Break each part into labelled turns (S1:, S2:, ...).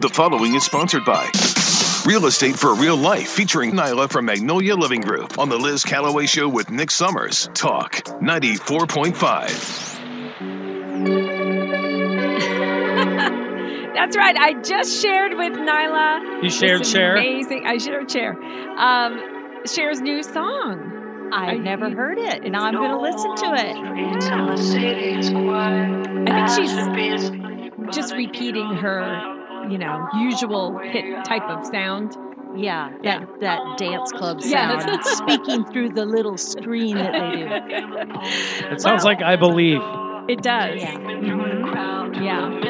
S1: The following is sponsored by Real Estate for Real Life, featuring Nyla from Magnolia Living Group on the Liz Calloway Show with Nick Summers. Talk 94.5.
S2: That's right. I just shared with Nyla.
S3: You shared
S2: this
S3: share.
S2: Amazing. I shared Cher. Um, Cher's new song.
S4: I've
S2: I-
S4: never heard it, and now I'm going to listen to it.
S2: Yeah.
S5: I
S2: think she's just repeating her, You know, usual hit type of sound.
S4: Yeah, that,
S2: Yeah.
S4: that dance club
S2: Yeah,
S4: sound.
S2: that's-
S4: speaking through the little screen that they do.
S3: It sounds like I believe.
S2: It does.
S4: Yeah.
S2: Mhm. Yeah.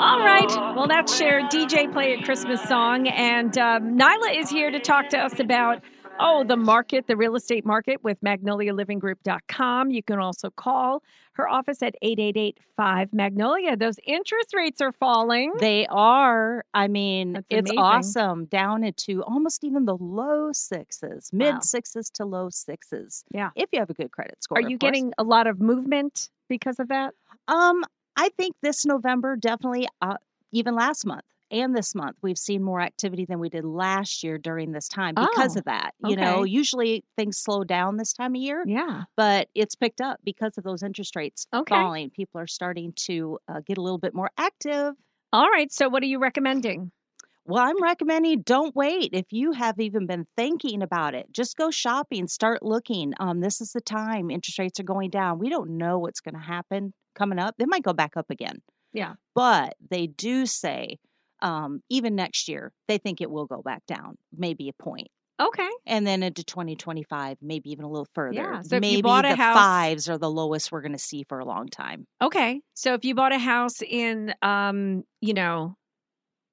S2: All right. Well, that's Cher, DJ Play a Christmas song. And um, Nyla is here to talk to us about, oh, the market, the real estate market with magnolialivinggroup.com. You can also call her office at 888 Magnolia. Those interest rates are falling.
S4: They are. I mean,
S2: That's
S4: it's
S2: amazing.
S4: awesome. Down into almost even the low sixes, mid sixes to low sixes.
S2: Yeah.
S4: If you have a good credit score.
S2: Are
S4: of
S2: you
S4: course.
S2: getting a lot of movement because of that?
S4: Um, I think this November definitely, uh, even last month and this month, we've seen more activity than we did last year during this time because
S2: Oh,
S4: of that. You know,
S2: okay.
S4: usually things slow down this time of year,
S2: Yeah.
S4: but it's picked up because of those interest rates
S2: Okay.
S4: falling. People are starting to uh, get a little bit more active.
S2: All right. So, what are you recommending?
S4: Well, I'm recommending don't wait. If you have even been thinking about it, just go shopping, start looking. Um, this is the time. Interest rates are going down. We don't know what's going to happen coming up. They might go back up again.
S2: Yeah.
S4: But they do say, um, even next year, they think it will go back down, maybe a point.
S2: Okay.
S4: And then into 2025, maybe even a little further.
S2: Yeah, so if you
S4: maybe
S2: bought a
S4: the
S2: house-
S4: fives are the lowest we're going to see for a long time.
S2: Okay. So if you bought a house in um, you know,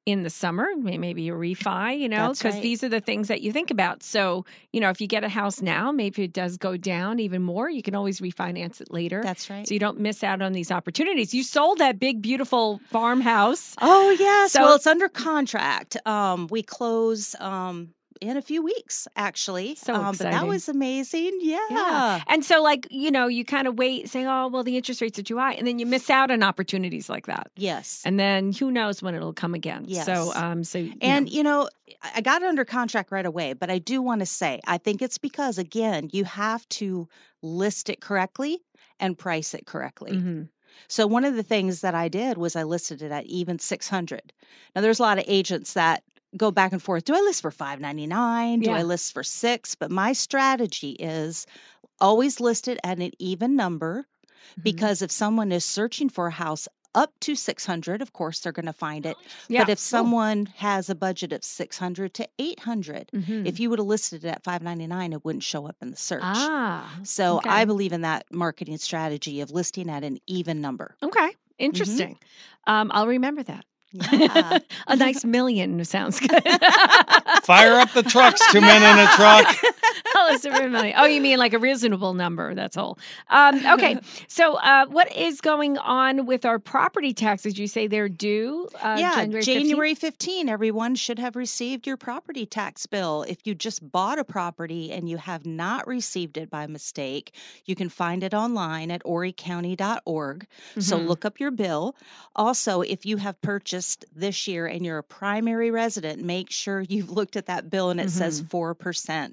S2: in the summer, may- maybe a refi, you know,
S4: That's
S2: because
S4: right.
S2: these are the things that you think about. So, you know, if you get a house now, maybe it does go down even more. You can always refinance it later.
S4: That's right.
S2: so you don't miss out on these opportunities. You sold that big, beautiful farmhouse.
S4: Oh yes.
S2: So-
S4: well, it's under contract. Um, we close um in a few weeks, actually.
S2: So
S4: um, but that
S2: exciting.
S4: was amazing. Yeah.
S2: And so, like, you know, you kind of wait, say, oh, well, the interest rates are too high. And then you miss out on opportunities like that.
S4: Yes.
S2: And
S4: And,
S2: then who knows when it'll come again. So,
S4: Yes.
S2: um, so, you know.
S4: you know, I I got under contract right away, but I do want to say I think it's because again, you have to list it correctly and price it correctly.
S2: Mhm.
S4: So one of the things that I did was I listed it at even 600. Now there's a lot of agents that go back and forth. Do I list for 599? Do
S2: Yeah.
S4: I list for 6? But my strategy is always list it at an even number
S2: Mhm.
S4: because if someone is searching for a house up to 600, of course they're going to find it.
S2: yeah.
S4: But if someone has a budget of 600 to 800,
S2: Mhm.
S4: if you would have listed it at 599, it wouldn't show up in the search.
S2: Ah,
S4: So I
S2: okay.
S4: believe in that marketing strategy of listing at an even number.
S2: okay. Interesting. Um, I'll remember that.
S4: Yeah.
S2: a nice million sounds good.
S3: Fire up the trucks, two men in a truck.
S2: I'll listen for a million. Oh, you mean like a reasonable number? That's all. Um, okay. So, uh, what is going on with our property taxes? You say they're due. Uh,
S4: yeah,
S2: January.
S4: January,
S2: 15th?
S4: 15, everyone should have received your property tax bill. If you just bought a property and you have not received it by mistake, you can find it online at orecounty.org. So
S2: Mhm.
S4: look up your bill. Also, if you have purchased this year and you're a primary resident, make sure you've looked at that bill and it says 4%.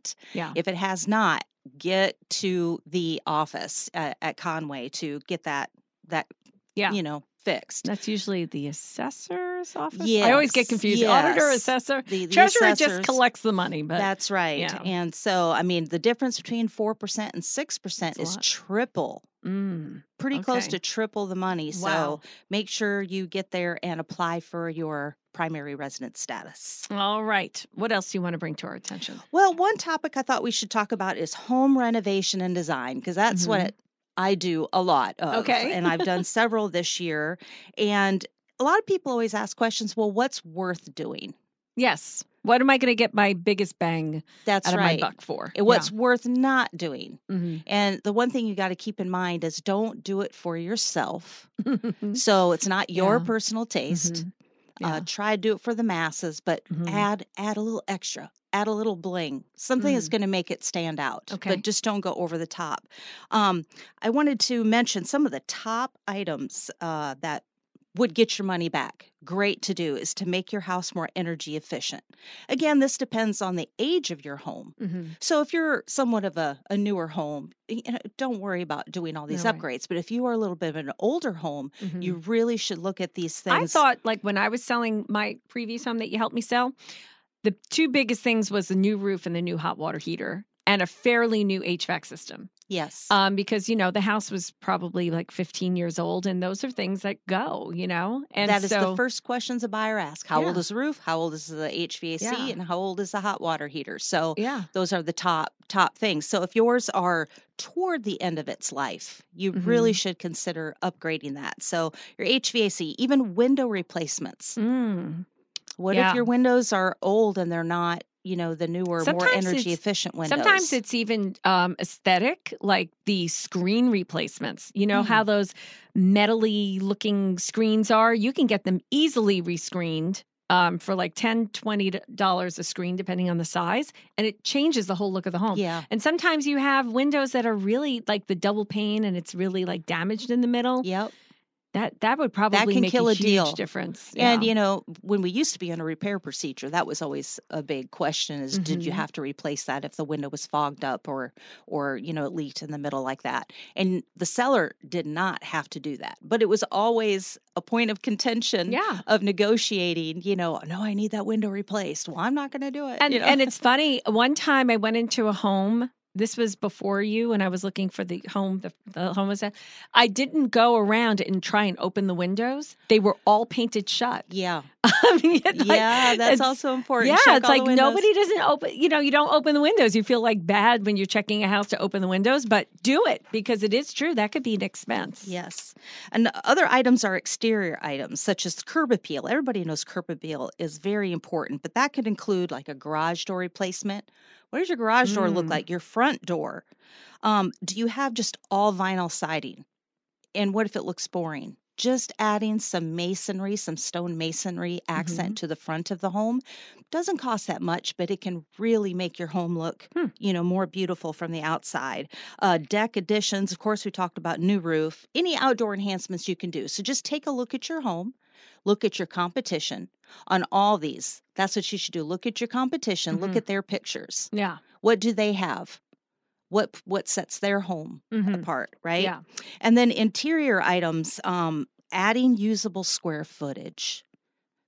S2: Mm-hmm. Yeah.
S4: If it has not, get to the office at, at Conway to get that that
S2: Yeah.
S4: you know fixed.
S2: That's usually the assessor's office. I always get
S4: Yes,
S2: confused. Auditor,
S4: yes.
S2: assessor.
S4: The, the
S2: Treasurer just
S4: assessors-
S2: collects the money, but
S4: That's right.
S2: yeah.
S4: And so, I mean, the difference between 4% and 6%
S2: It's a
S4: is
S2: lot.
S4: triple,
S2: Mm,
S4: pretty close
S2: Okay.
S4: to triple the money.
S2: Wow.
S4: So make sure you get there and apply for your primary resident status.
S2: all right. What else do you want to bring to our attention?
S4: Well, one topic I thought we should talk about is home renovation and design, because that's
S2: Mhm.
S4: what I do a lot of.
S2: Okay.
S4: And I've done several this year. And a lot of people always ask questions well, what's worth doing?
S2: Yes. What am I going to get my biggest bang
S4: That's
S2: out
S4: right.
S2: of my buck for?
S4: And What's worth not doing?
S2: Yeah. Mhm.
S4: And the one thing you got to keep in mind is don't do it for yourself. So it's not your
S2: Yeah.
S4: personal taste.
S2: Mhm.
S4: Uh,
S2: Mm-hmm. Yeah.
S4: try to do it for the masses, but
S2: Mhm.
S4: add add a little extra, add a little bling, something that's going to make it stand out.
S2: Mm. Okay.
S4: But just don't go over the top. Um, I wanted to mention some of the top items uh, that would get your money back. Great to do is to make your house more energy efficient. Again, this depends on the age of your home.
S2: Mm-hmm.
S4: So if you're somewhat of a, a newer home, you know, don't worry about doing all these
S2: No way.
S4: upgrades. But if you are a little bit of an older home, you really should look at these things.
S2: Mm-hmm. I thought, like, when I was selling my previous home that you helped me sell, the two biggest things was the new roof and the new hot water heater and a fairly new HVAC system.
S4: yes,
S2: Um, because, you know, the house was probably like 15 years old and those are things that go, you know? And
S4: that is
S2: so,
S4: the first questions a buyer asks: How old
S2: Yeah.
S4: is the roof? How old is the HVAC?
S2: Yeah. E
S4: And how old is the hot water heater? So
S2: Yeah.
S4: those are the top top things so if yours are toward the end of its life you really
S2: Mm-hmm.
S4: should consider upgrading that so your hvac even window replacements
S2: Mm.
S4: what
S2: yeah.
S4: if your windows are old and they're not you know the newer more
S2: Sometimes
S4: energy
S2: it's-
S4: efficient windows
S2: Sometimes it's even um, aesthetic, like the screen replacements. You know
S4: Mm.
S2: how those metally looking screens are? You can get them easily rescreened um, for like $10, $20 a screen, depending on the size, and it changes the whole look of the home.
S4: yeah
S2: And sometimes you have windows that are really like the double pane and it's really like damaged in the middle.
S4: yep
S2: That that would probably
S4: can
S2: make
S4: kill a
S2: a, huge
S4: deal.
S2: difference.
S4: And
S2: Yeah.
S4: you know, when we used to be on a repair procedure, that was always a big question: is did you
S2: Mhm.
S4: have to replace that if the window was fogged up or, or you know, it leaked in the middle like that? And the seller did not have to do that, but it was always a point of contention
S2: yeah.
S4: of negotiating. You know, no, I need that window replaced. Well, I'm not going to do it.
S2: And
S4: you know?
S2: and it's funny. One time I went into a home. This was before you, and I was looking for the home. The, the home was. at- I didn't go around and try and open the windows. They were all painted shut.
S4: yeah,
S2: I mean, like,
S4: yeah, that's
S2: it's-
S4: also important.
S2: Yeah,
S4: Check
S2: it's
S4: all the
S2: like
S4: windows.
S2: nobody doesn't open. You know, you don't open the windows. You feel like bad when you're checking a house to open the windows, but do it because it is true that could be an expense.
S4: Yes. And other items are exterior items, such as curb appeal. Everybody knows curb appeal is very important, but that could include like a garage door replacement. What does your garage door look
S2: Mm.
S4: like? Your front door? Um, do you have just all vinyl siding? And what if it looks boring? Just adding some masonry, some stone masonry accent
S2: Mm-hmm.
S4: to the front of the home doesn't cost that much, but it can really make your home look,
S2: Hmm.
S4: you know, more beautiful from the outside uh, deck additions. Of course, we talked about new roof, any outdoor enhancements you can do. So just take a look at your home, look at your competition on all these. That's what you should do. Look at your competition, look
S2: Mhm.
S4: at their pictures.
S2: Yeah.
S4: What do they have? What what sets their home
S2: Mhm.
S4: apart, right?
S2: Yeah.
S4: And then interior items, um, adding usable square footage.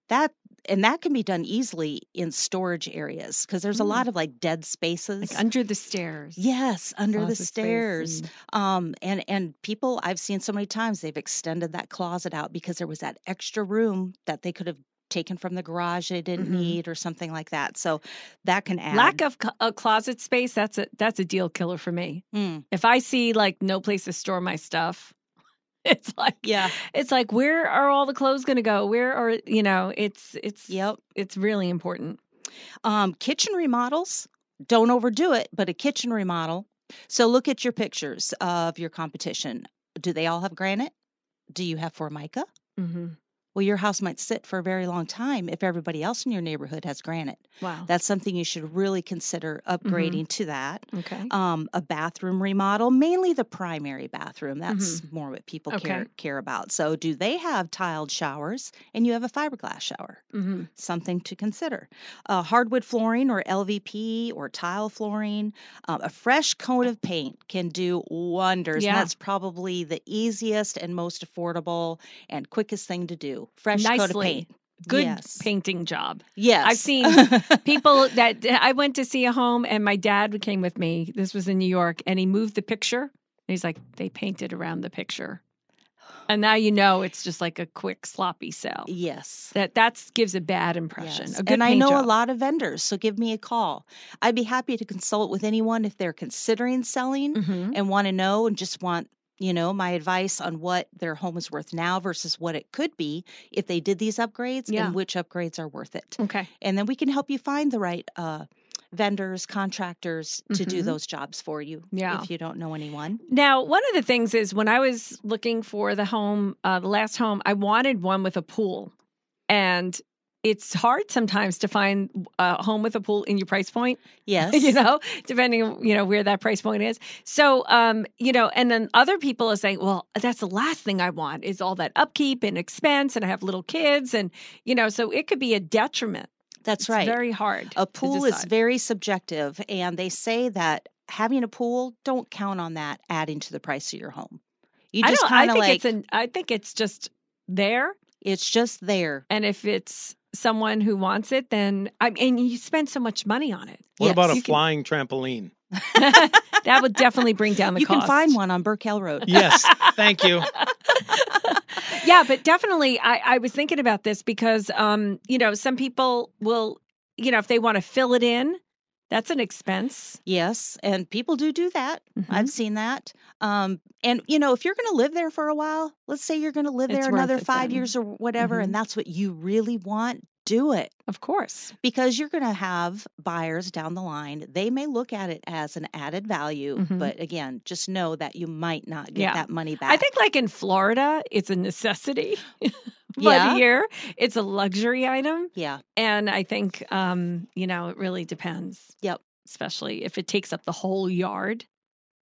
S4: That and that can be done easily in storage areas because there's a
S2: Mm.
S4: lot of like dead spaces.
S2: Like under the stairs.
S4: yes, under the
S2: Closet space
S4: stairs
S2: and-
S4: um and and people i've seen so many times they've extended that closet out because there was that extra room that they could have taken from the garage they didn't
S2: Mhm.
S4: need or something like that so that can add
S2: Lack of co- a closet space. That's a that's a deal killer for me.
S4: Mm,
S2: if I see like no place to store my stuff, it's like
S4: yeah
S2: it's like where are all the clothes going to go? Where are you know? It's it's
S4: yep
S2: It's really important.
S4: um kitchen remodels don't overdo it but a kitchen remodel so look at your pictures of your competition do they all have granite do you have formica
S2: Mm-hmm.
S4: well your house might sit for a very long time if everybody else in your neighborhood has granite
S2: Wow.
S4: that's something you should really consider
S2: Mm-hmm.
S4: upgrading to that
S2: okay.
S4: um, a bathroom remodel, mainly the primary bathroom. That's more what people
S2: Mm-hmm. Okay.
S4: care care about. So, do they have tiled showers and you have a fiberglass shower?
S2: Mm-hmm.
S4: Something to consider. Uh, hardwood flooring or LVP or tile flooring, um, a fresh coat of paint can do wonders.
S2: Yeah.
S4: And that's probably the easiest and most affordable and quickest thing to do. Fresh coat of
S2: Nicely.
S4: paint.
S2: Good
S4: Yes.
S2: painting job.
S4: Yes.
S2: seen People that I went to see a home, and my dad came with me. This was in New York, and he moved the picture. And he's like, they painted around the picture, and now you know it's just like a quick sloppy sell.
S4: yes.
S2: That that gives a bad impression.
S4: Yes,
S2: A good
S4: and I
S2: paint
S4: know
S2: job.
S4: a lot of vendors, so give me a call. I'd be happy to consult with anyone if they're considering selling
S2: Mhm.
S4: and want to know and just want, you know, my advice on what their home is worth now versus what it could be if they did these upgrades
S2: Yeah.
S4: and which upgrades are worth it.
S2: Okay.
S4: And then we can help you find the right uh, vendors, contractors to do
S2: Mhm.
S4: those jobs for you
S2: Yeah.
S4: if you don't know anyone.
S2: Now, one of the things is when I was looking for the home, uh, the last home, I wanted one with a pool. And it's hard sometimes to find uh, a home with a pool in your price point.
S4: Yes.
S2: you know, depending on, you know, where that price point is. So, um, you know, and then other people are saying, well, that's the last thing I want is all that upkeep and expense. And I have little kids and, you know, so it could be a detriment.
S4: That's
S2: It's
S4: right. Oh,
S2: very hard. to
S4: a pool is
S2: decide.
S4: very subjective, and they say that having a pool, don't count on that adding to the price of your home. You
S2: I
S4: just
S2: don't, I
S4: kind of
S2: think
S4: like
S2: it's an, I think it's just there.
S4: it's just there.
S2: And if it's someone who wants it, then I mean, and you spend so much money on it.
S3: What about
S4: Yes.
S3: a
S4: You can-
S3: flying trampoline?
S2: that would definitely bring down the
S4: You
S2: cost.
S4: can find one on Burkell Road.
S3: Yes, thank you.
S2: yeah, but definitely, I, I was thinking about this because, um, you know, some people will, you know, if they want to fill it in, that's an expense.
S4: Yes, and people do do that. I've
S2: Mhm.
S4: seen that. Um, and you know, if you're going to live there for a while, let's say you're going to live
S2: It's
S4: there
S2: worth
S4: another
S2: it
S4: five
S2: then. Mm-hmm.
S4: years or whatever, and that's what you really want, do it
S2: Of course.
S4: because you're going to have buyers down the line. They may look at it as an added value,
S2: Mhm.
S4: but again, just know that you might not get
S2: Yeah.
S4: that money back.
S2: I think, like in Florida, it's a necessity. But
S4: Yeah.
S2: here, it's a luxury item.
S4: yeah,
S2: And I think, um, you know, it really depends.
S4: Yep.
S2: Especially if it takes up the whole yard,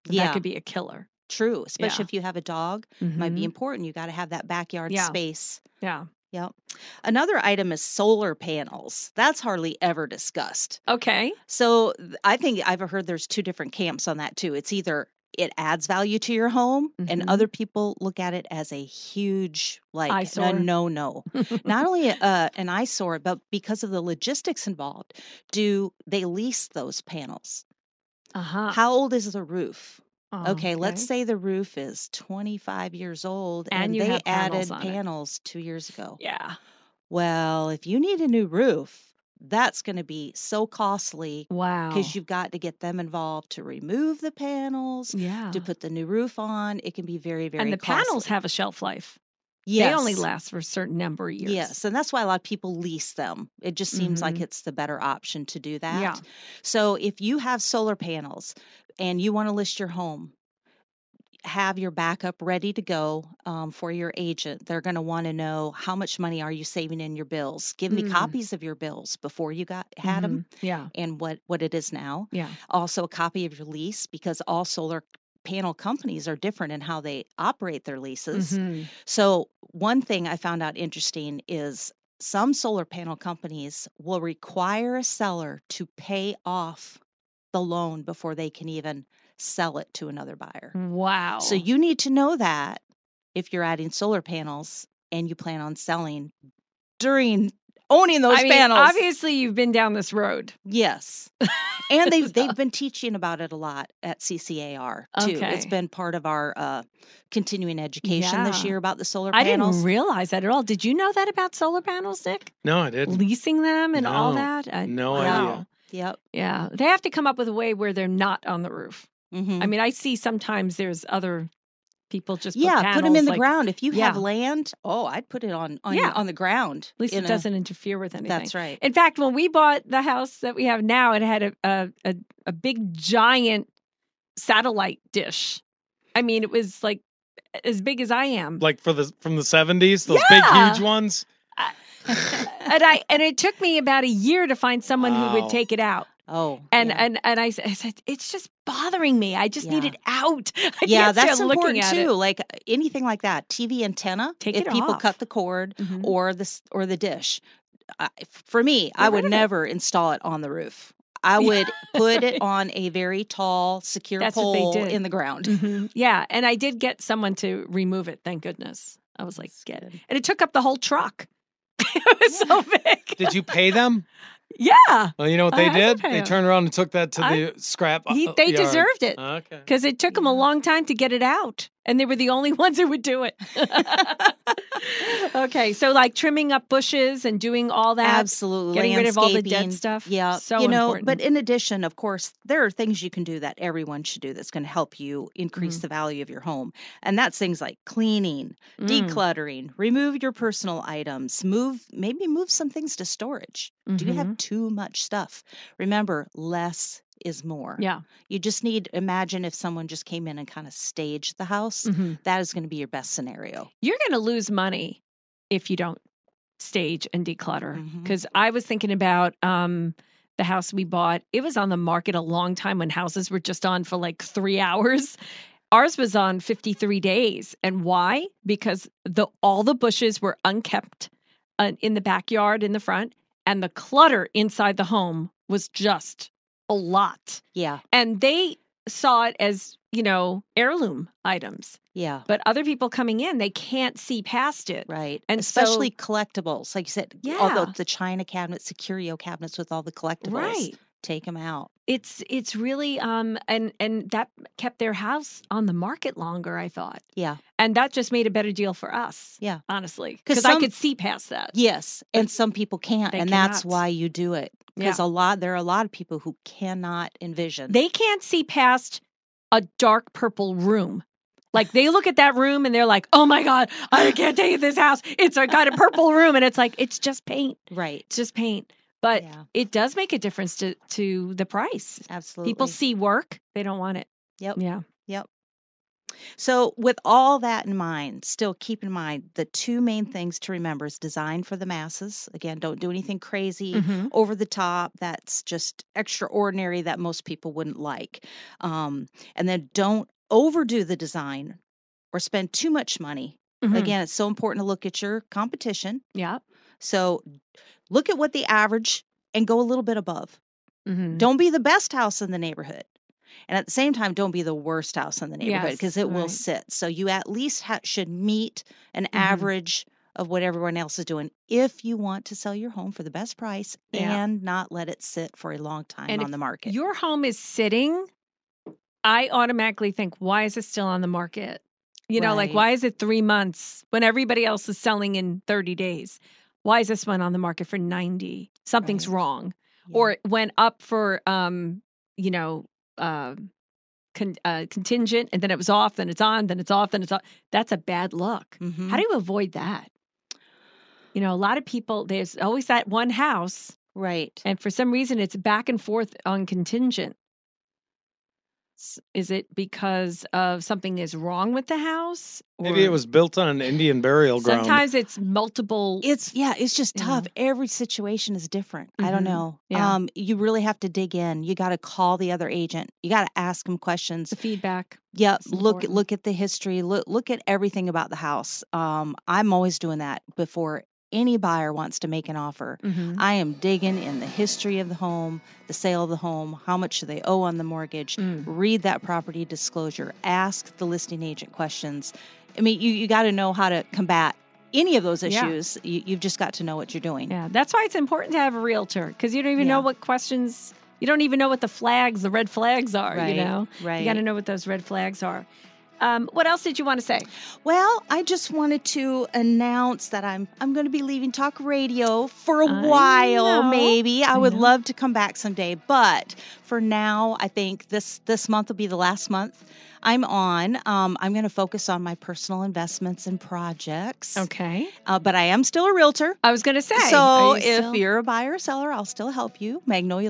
S2: then
S4: yeah,
S2: that could be a killer.
S4: true. Especially
S2: yeah.
S4: if you have a dog, it might be
S2: Mhm.
S4: important. You got to have that backyard
S2: Yeah.
S4: space.
S2: Yeah.
S4: Yep. Another item is solar panels. That's hardly ever discussed.
S2: Okay.
S4: So th- I think I've heard there's two different camps on that too. It's either it adds value to your home,
S2: Mhm.
S4: and other people look at it as a huge like
S2: Eyesore.
S4: no no. Not only uh, an eyesore, but because of the logistics involved, do they lease those panels?
S2: Uh-huh.
S4: How old is the roof?
S2: Oh,
S4: Okay, let's say the roof is 25 years old,
S2: And
S4: and,
S2: you
S4: they
S2: have panels
S4: added
S2: on it.
S4: panels two years ago.
S2: Yeah.
S4: Well, if you need a new roof, that's going to be so costly
S2: Wow.
S4: because you've got to get them involved to remove the panels,
S2: yeah.
S4: to put the new roof on. It can be very, very
S2: and the
S4: costly.
S2: panels have a shelf life.
S4: yes.
S2: They only last for a certain number of years.
S4: Yes, and that's why a lot of people lease them. It just seems like
S2: Mhm.
S4: it's the better option to do that.
S2: Yeah.
S4: So if you have solar panels and you want to list your home, have your backup ready to go um, for your agent. They're going to want to know how much money are you saving in your bills. Give me
S2: Mm.
S4: copies of your bills before you got had them
S2: Mhm. Yeah.
S4: and what what it is now.
S2: Yeah.
S4: also a copy of your lease because all solar panel companies are different in how they operate their leases.
S2: Mhm.
S4: So, one thing I found out interesting is some solar panel companies will require a seller to pay off the loan before they can even sell it to another buyer.
S2: Wow.
S4: So, you need to know that if you're adding solar panels and you plan on selling during owning those
S2: I mean,
S4: panels.
S2: obviously you've been down this road.
S4: Yes. And they've they've been teaching about it a lot at CCAR too. It's
S2: Okay.
S4: been part of our uh, continuing education this
S2: Yeah.
S4: year about the solar
S2: I didn't
S4: panels.
S2: realize that at all. Did you know that about solar panels, Nick?
S3: No, I didn't.
S2: Leasing them and all
S3: No.
S2: that? I-
S3: No
S2: wow.
S3: idea.
S4: yep.
S2: Yeah. They have to come up with a way where they're not on the roof.
S4: hmm
S2: I mean, I see sometimes there's other people just put
S4: yeah, put them in
S2: panels,
S4: the
S2: like,
S4: ground. If you have
S2: yeah.
S4: land, oh, I'd put it on on,
S2: Yeah.
S4: on the ground.
S2: At least
S4: in
S2: it
S4: a-
S2: doesn't interfere with anything.
S4: That's right.
S2: In fact, when we bought the house that we have now, it had a a, a, a big giant satellite dish. I mean, it was like as big as I am.
S3: Like for the from the seventies, those
S2: Yeah.
S3: big huge ones.
S2: and I and it took me about a year to find someone who
S3: Wow.
S2: would take it out.
S4: oh,
S2: And
S4: yeah.
S2: and and I, s- I said, it's just bothering me. I just need
S4: Yeah.
S2: it out. I
S4: yeah,
S2: can't stand
S4: that's
S2: looking
S4: important
S2: at
S4: too.
S2: it.
S4: Like anything like that, TV antenna.
S2: Take
S4: if
S2: it
S4: people
S2: off.
S4: cut the cord
S2: Mhm.
S4: or the s- or the dish, I, for me, I
S2: Get rid of
S4: would
S2: it.
S4: never install it on the roof. I
S2: Yeah.
S4: would put it on a very tall, secure
S2: That's what they
S4: pole
S2: did.
S4: in the ground.
S2: Mhm. Yeah, and I did get someone to remove it. Thank goodness. I was like,
S4: That's
S2: get it,
S4: good.
S2: and it took up the whole truck. it was so big.
S3: Did you pay them?
S2: Yeah,
S3: Well, you know what
S2: I
S3: they
S2: had to
S3: did?
S2: pay
S3: They
S2: them.
S3: turned around and took that to
S2: I-
S3: the scrap.
S2: he,
S3: uh,
S2: they
S3: yard.
S2: deserved it
S3: Okay.
S2: because it took them a
S4: Yeah.
S2: long time to get it out, and they were the only ones who would do it. okay, so like trimming up bushes and doing all that.
S4: Absolutely,
S2: getting rid of all the dead
S4: landscaping.
S2: stuff,
S4: Yeah,
S2: so
S4: you know. But
S2: important.
S4: in addition, of course, there are things you can do that everyone should do that's going to help you increase
S2: Mhm.
S4: the value of your home, and that's things like cleaning,
S2: Mm,
S4: decluttering, remove your personal items, move maybe move some things to storage. Do you
S2: mhm.
S4: have too much stuff? Remember, less is more.
S2: Yeah.
S4: You just need imagine if someone just came in and kind of staged the house.
S2: mhm.
S4: That is going to be your best scenario.
S2: You're going to lose money if you don't stage and declutter
S4: Mhm.
S2: because I was thinking about um, the house we bought. It was on the market a long time when houses were just on for like three hours. Ours was on 53 days. And why? Because the all the bushes were unkept uh, in the backyard, in the front, and the clutter inside the home was just a lot.
S4: Yeah.
S2: And they saw it as, you know, heirloom items.
S4: Yeah.
S2: But other people coming in, they can't see past it.
S4: Right.
S2: And so-
S4: especially collectibles. Like you said, all the,
S2: Yeah.
S4: the China cabinets, the curio cabinets with all the collectibles.
S2: Right.
S4: Take them out.
S2: It's it's really um and and that kept their house on the market longer, I thought.
S4: Yeah.
S2: And that just made a better deal for us.
S4: Yeah.
S2: Honestly.
S4: 'Cause
S2: Because I
S4: some-
S2: could see past that.
S4: Yes. And some people can't.
S2: They
S4: And that's
S2: cannot.
S4: why you do it. Because a lot, there are a lot of people who cannot envision.
S2: They can't see past a dark purple room. Like they look at that room and they're like, "Oh my god, I can't take this house. It's a kind of purple room." And it's like, "It's just paint.
S4: right.
S2: It's just paint." But
S4: yeah.
S2: it does make a difference to to the price.
S4: Absolutely.
S2: People see work, they don't want it.
S4: Yep.
S2: Yeah.
S4: So, with all that in mind, still keep in mind the two main things to remember is design for the masses. Again, don't do anything crazy, over the top, that's just extraordinary that most people wouldn't like. Um, and then don't overdo the design or spend too much money.
S2: Mhm.
S4: Again, it's so important to look at your competition.
S2: Yeah.
S4: So, look at what the average and go a little bit above.
S2: Mhm.
S4: Don't be the best house in the neighborhood. And at the same time, don't be the worst house in the neighborhood
S2: Yes,
S4: because it will
S2: right.
S4: sit. So you at least ha- should meet an
S2: Mhm.
S4: average of what everyone else is doing if you want to sell your home for the best price
S2: Yeah.
S4: and not let it sit for a long time
S2: And
S4: on
S2: if
S4: the market.
S2: Your home is sitting. I automatically think, why is it still on the market? You know, like
S4: Right.
S2: why is it three months when everybody else is selling in 30 days? Why is this one on the market for 90? Something's
S4: Right.
S2: wrong.
S4: Yeah.
S2: Or it went up for um, you know, uh, con- uh, contingent and then it was off, then it's on, then it's off, then it's off. That's a bad look.
S4: Mhm.
S2: How do you avoid that? You know, a lot of people, there's always that one house
S4: right.
S2: and for some reason, it's back and forth on contingent. S- Is it because of something is wrong with the house?
S3: Maybe it
S2: or-
S3: was built on an Indian burial ground.
S2: Sometimes it's multiple.
S4: It's yeah, it's just
S2: you
S4: tough. Every situation is different. I
S2: Mhm.
S4: don't know.
S2: Yeah.
S4: Um, you really have to dig in. You got to call the other agent. You got to ask them questions.
S2: the feedback.
S4: Yeah,
S2: It's
S4: look
S2: important.
S4: look at the history. Look look at everything about the house. Um, I'm always doing that before any buyer wants to make an offer.
S2: Mhm.
S4: I am digging in the history of the home, the sale of the home, how much do they owe on the mortgage.
S2: Mm.
S4: Read that property disclosure. Ask the listing agent questions. I mean, you you got to know how to combat any of those
S2: Yeah.
S4: issues. You, you've just got to know what you're doing.
S2: Yeah, that's why it's important to have a realtor because you don't even know
S4: Yeah.
S2: what questions. You don't even know what the flags, the red flags are.
S4: Right,
S2: You know,
S4: Right.
S2: you got to know what those red flags are. Um, what else did you want to say?
S4: Well, I just wanted to announce that I'm I'm going to be leaving talk radio for a
S2: I
S4: while
S2: know.
S4: maybe. I,
S2: I
S4: would
S2: know.
S4: love to come back someday, but for now, I think this this month will be the last month I'm on. Um, I'm going to focus on my personal investments and projects.
S2: Okay,
S4: Uh, but I am still a realtor.
S2: I was going to say.
S4: So
S2: are you
S4: if
S2: still-
S4: you're a buyer or seller, I'll still help you.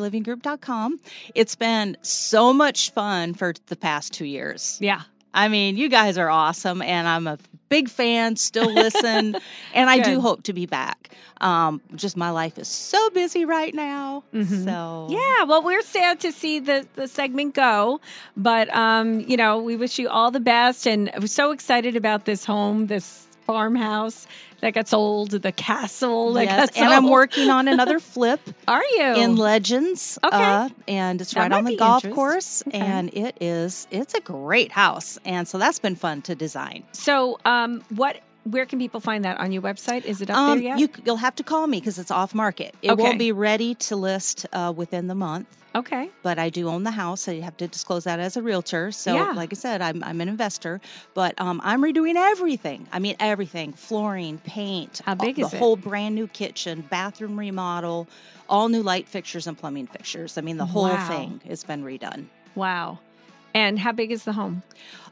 S4: MagnoliaLivingGroup.com. It's been so much fun for the past two years.
S2: yeah,
S4: I mean, you guys are awesome, and I'm a big fan. Still listen, and I do
S2: Good.
S4: hope to be back. Um, just my life is so busy right now.
S2: Mhm.
S4: So
S2: Yeah, well, we're sad to see the the segment go, but um, you know, we wish you all the best, and we're so excited about this home, this farmhouse that got sold, the castle that
S4: yes,
S2: got sold.
S4: and I'm working on another flip
S2: Are you
S4: in Legends.
S2: Oh. Okay.
S4: uh, and it's
S2: That
S4: right
S2: might
S4: on the
S2: be
S4: golf
S2: interest.
S4: course,
S2: Okay.
S4: and it is it's a great house, and so that's been fun to design.
S2: so? Um, what? Where can people find that on your website? Is it up there yet?
S4: Um, you c- you'll have to call me because it's off market. It
S2: Okay.
S4: won't be ready to list uh, within the month.
S2: okay,
S4: but I do own the house. So you have to disclose that as a realtor. So,
S2: Yeah.
S4: like I said, I'm, I'm an investor, but um, I'm redoing everything. I mean, everything flooring, paint,
S2: How
S4: uh,
S2: big
S4: the
S2: is it?
S4: whole brand new kitchen, bathroom remodel, all new light fixtures and plumbing fixtures. I mean, the whole
S2: Wow.
S4: thing has been redone.
S2: wow. And how big is the home?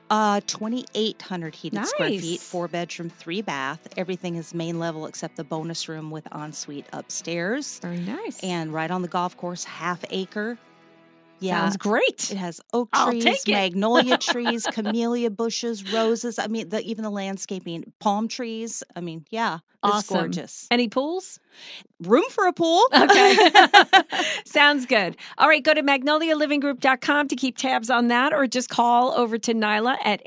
S4: Uh, 2,800 heated square feet,
S2: Nice.
S4: four bedroom, three bath. Everything is main level except the bonus room with ensuite upstairs.
S2: Very nice.
S4: And right on the golf course, half acre. Yeah.
S2: Sounds great.
S4: It has oak
S2: I'll
S4: trees,
S2: take it.
S4: magnolia trees, camellia bushes, roses. I mean, the, even the landscaping, palm trees. I mean, yeah, it's
S2: Awesome.
S4: gorgeous.
S2: Any pools?
S4: Room for a pool.
S2: Okay. Sounds good. All right, go to magnolialivinggroup.com to keep tabs on that or just call over to Nyla at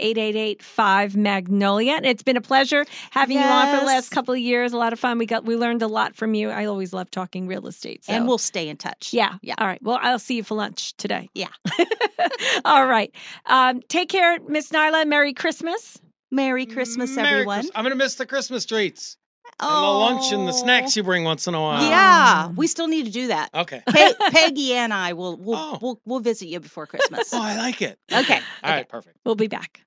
S2: 888-5-MAGNOLIA. And It's been a pleasure having you on for the
S4: Yes.
S2: last couple of years. A lot of fun. We got we learned a lot from you. I always love talking real estate. So.
S4: And we'll stay in touch.
S2: yeah.
S4: Yeah.
S2: All right. Well, I'll see you for lunch today.
S4: Yeah.
S2: All right. Um, take care, Miss Nyla. Merry Christmas.
S4: Merry Christmas,
S3: Merry
S4: everyone.
S3: Christ- I'm gonna miss the Christmas treats and the
S4: Oh.
S3: lunch and the snacks you bring once in a while.
S4: Yeah, we still need to do that.
S3: Okay.
S4: Pe- Peggy and I will we'll,
S3: Oh.
S4: we'll we'll visit you before Christmas.
S3: Oh, I like it.
S4: Okay.
S3: All right. Perfect.
S2: We'll be back.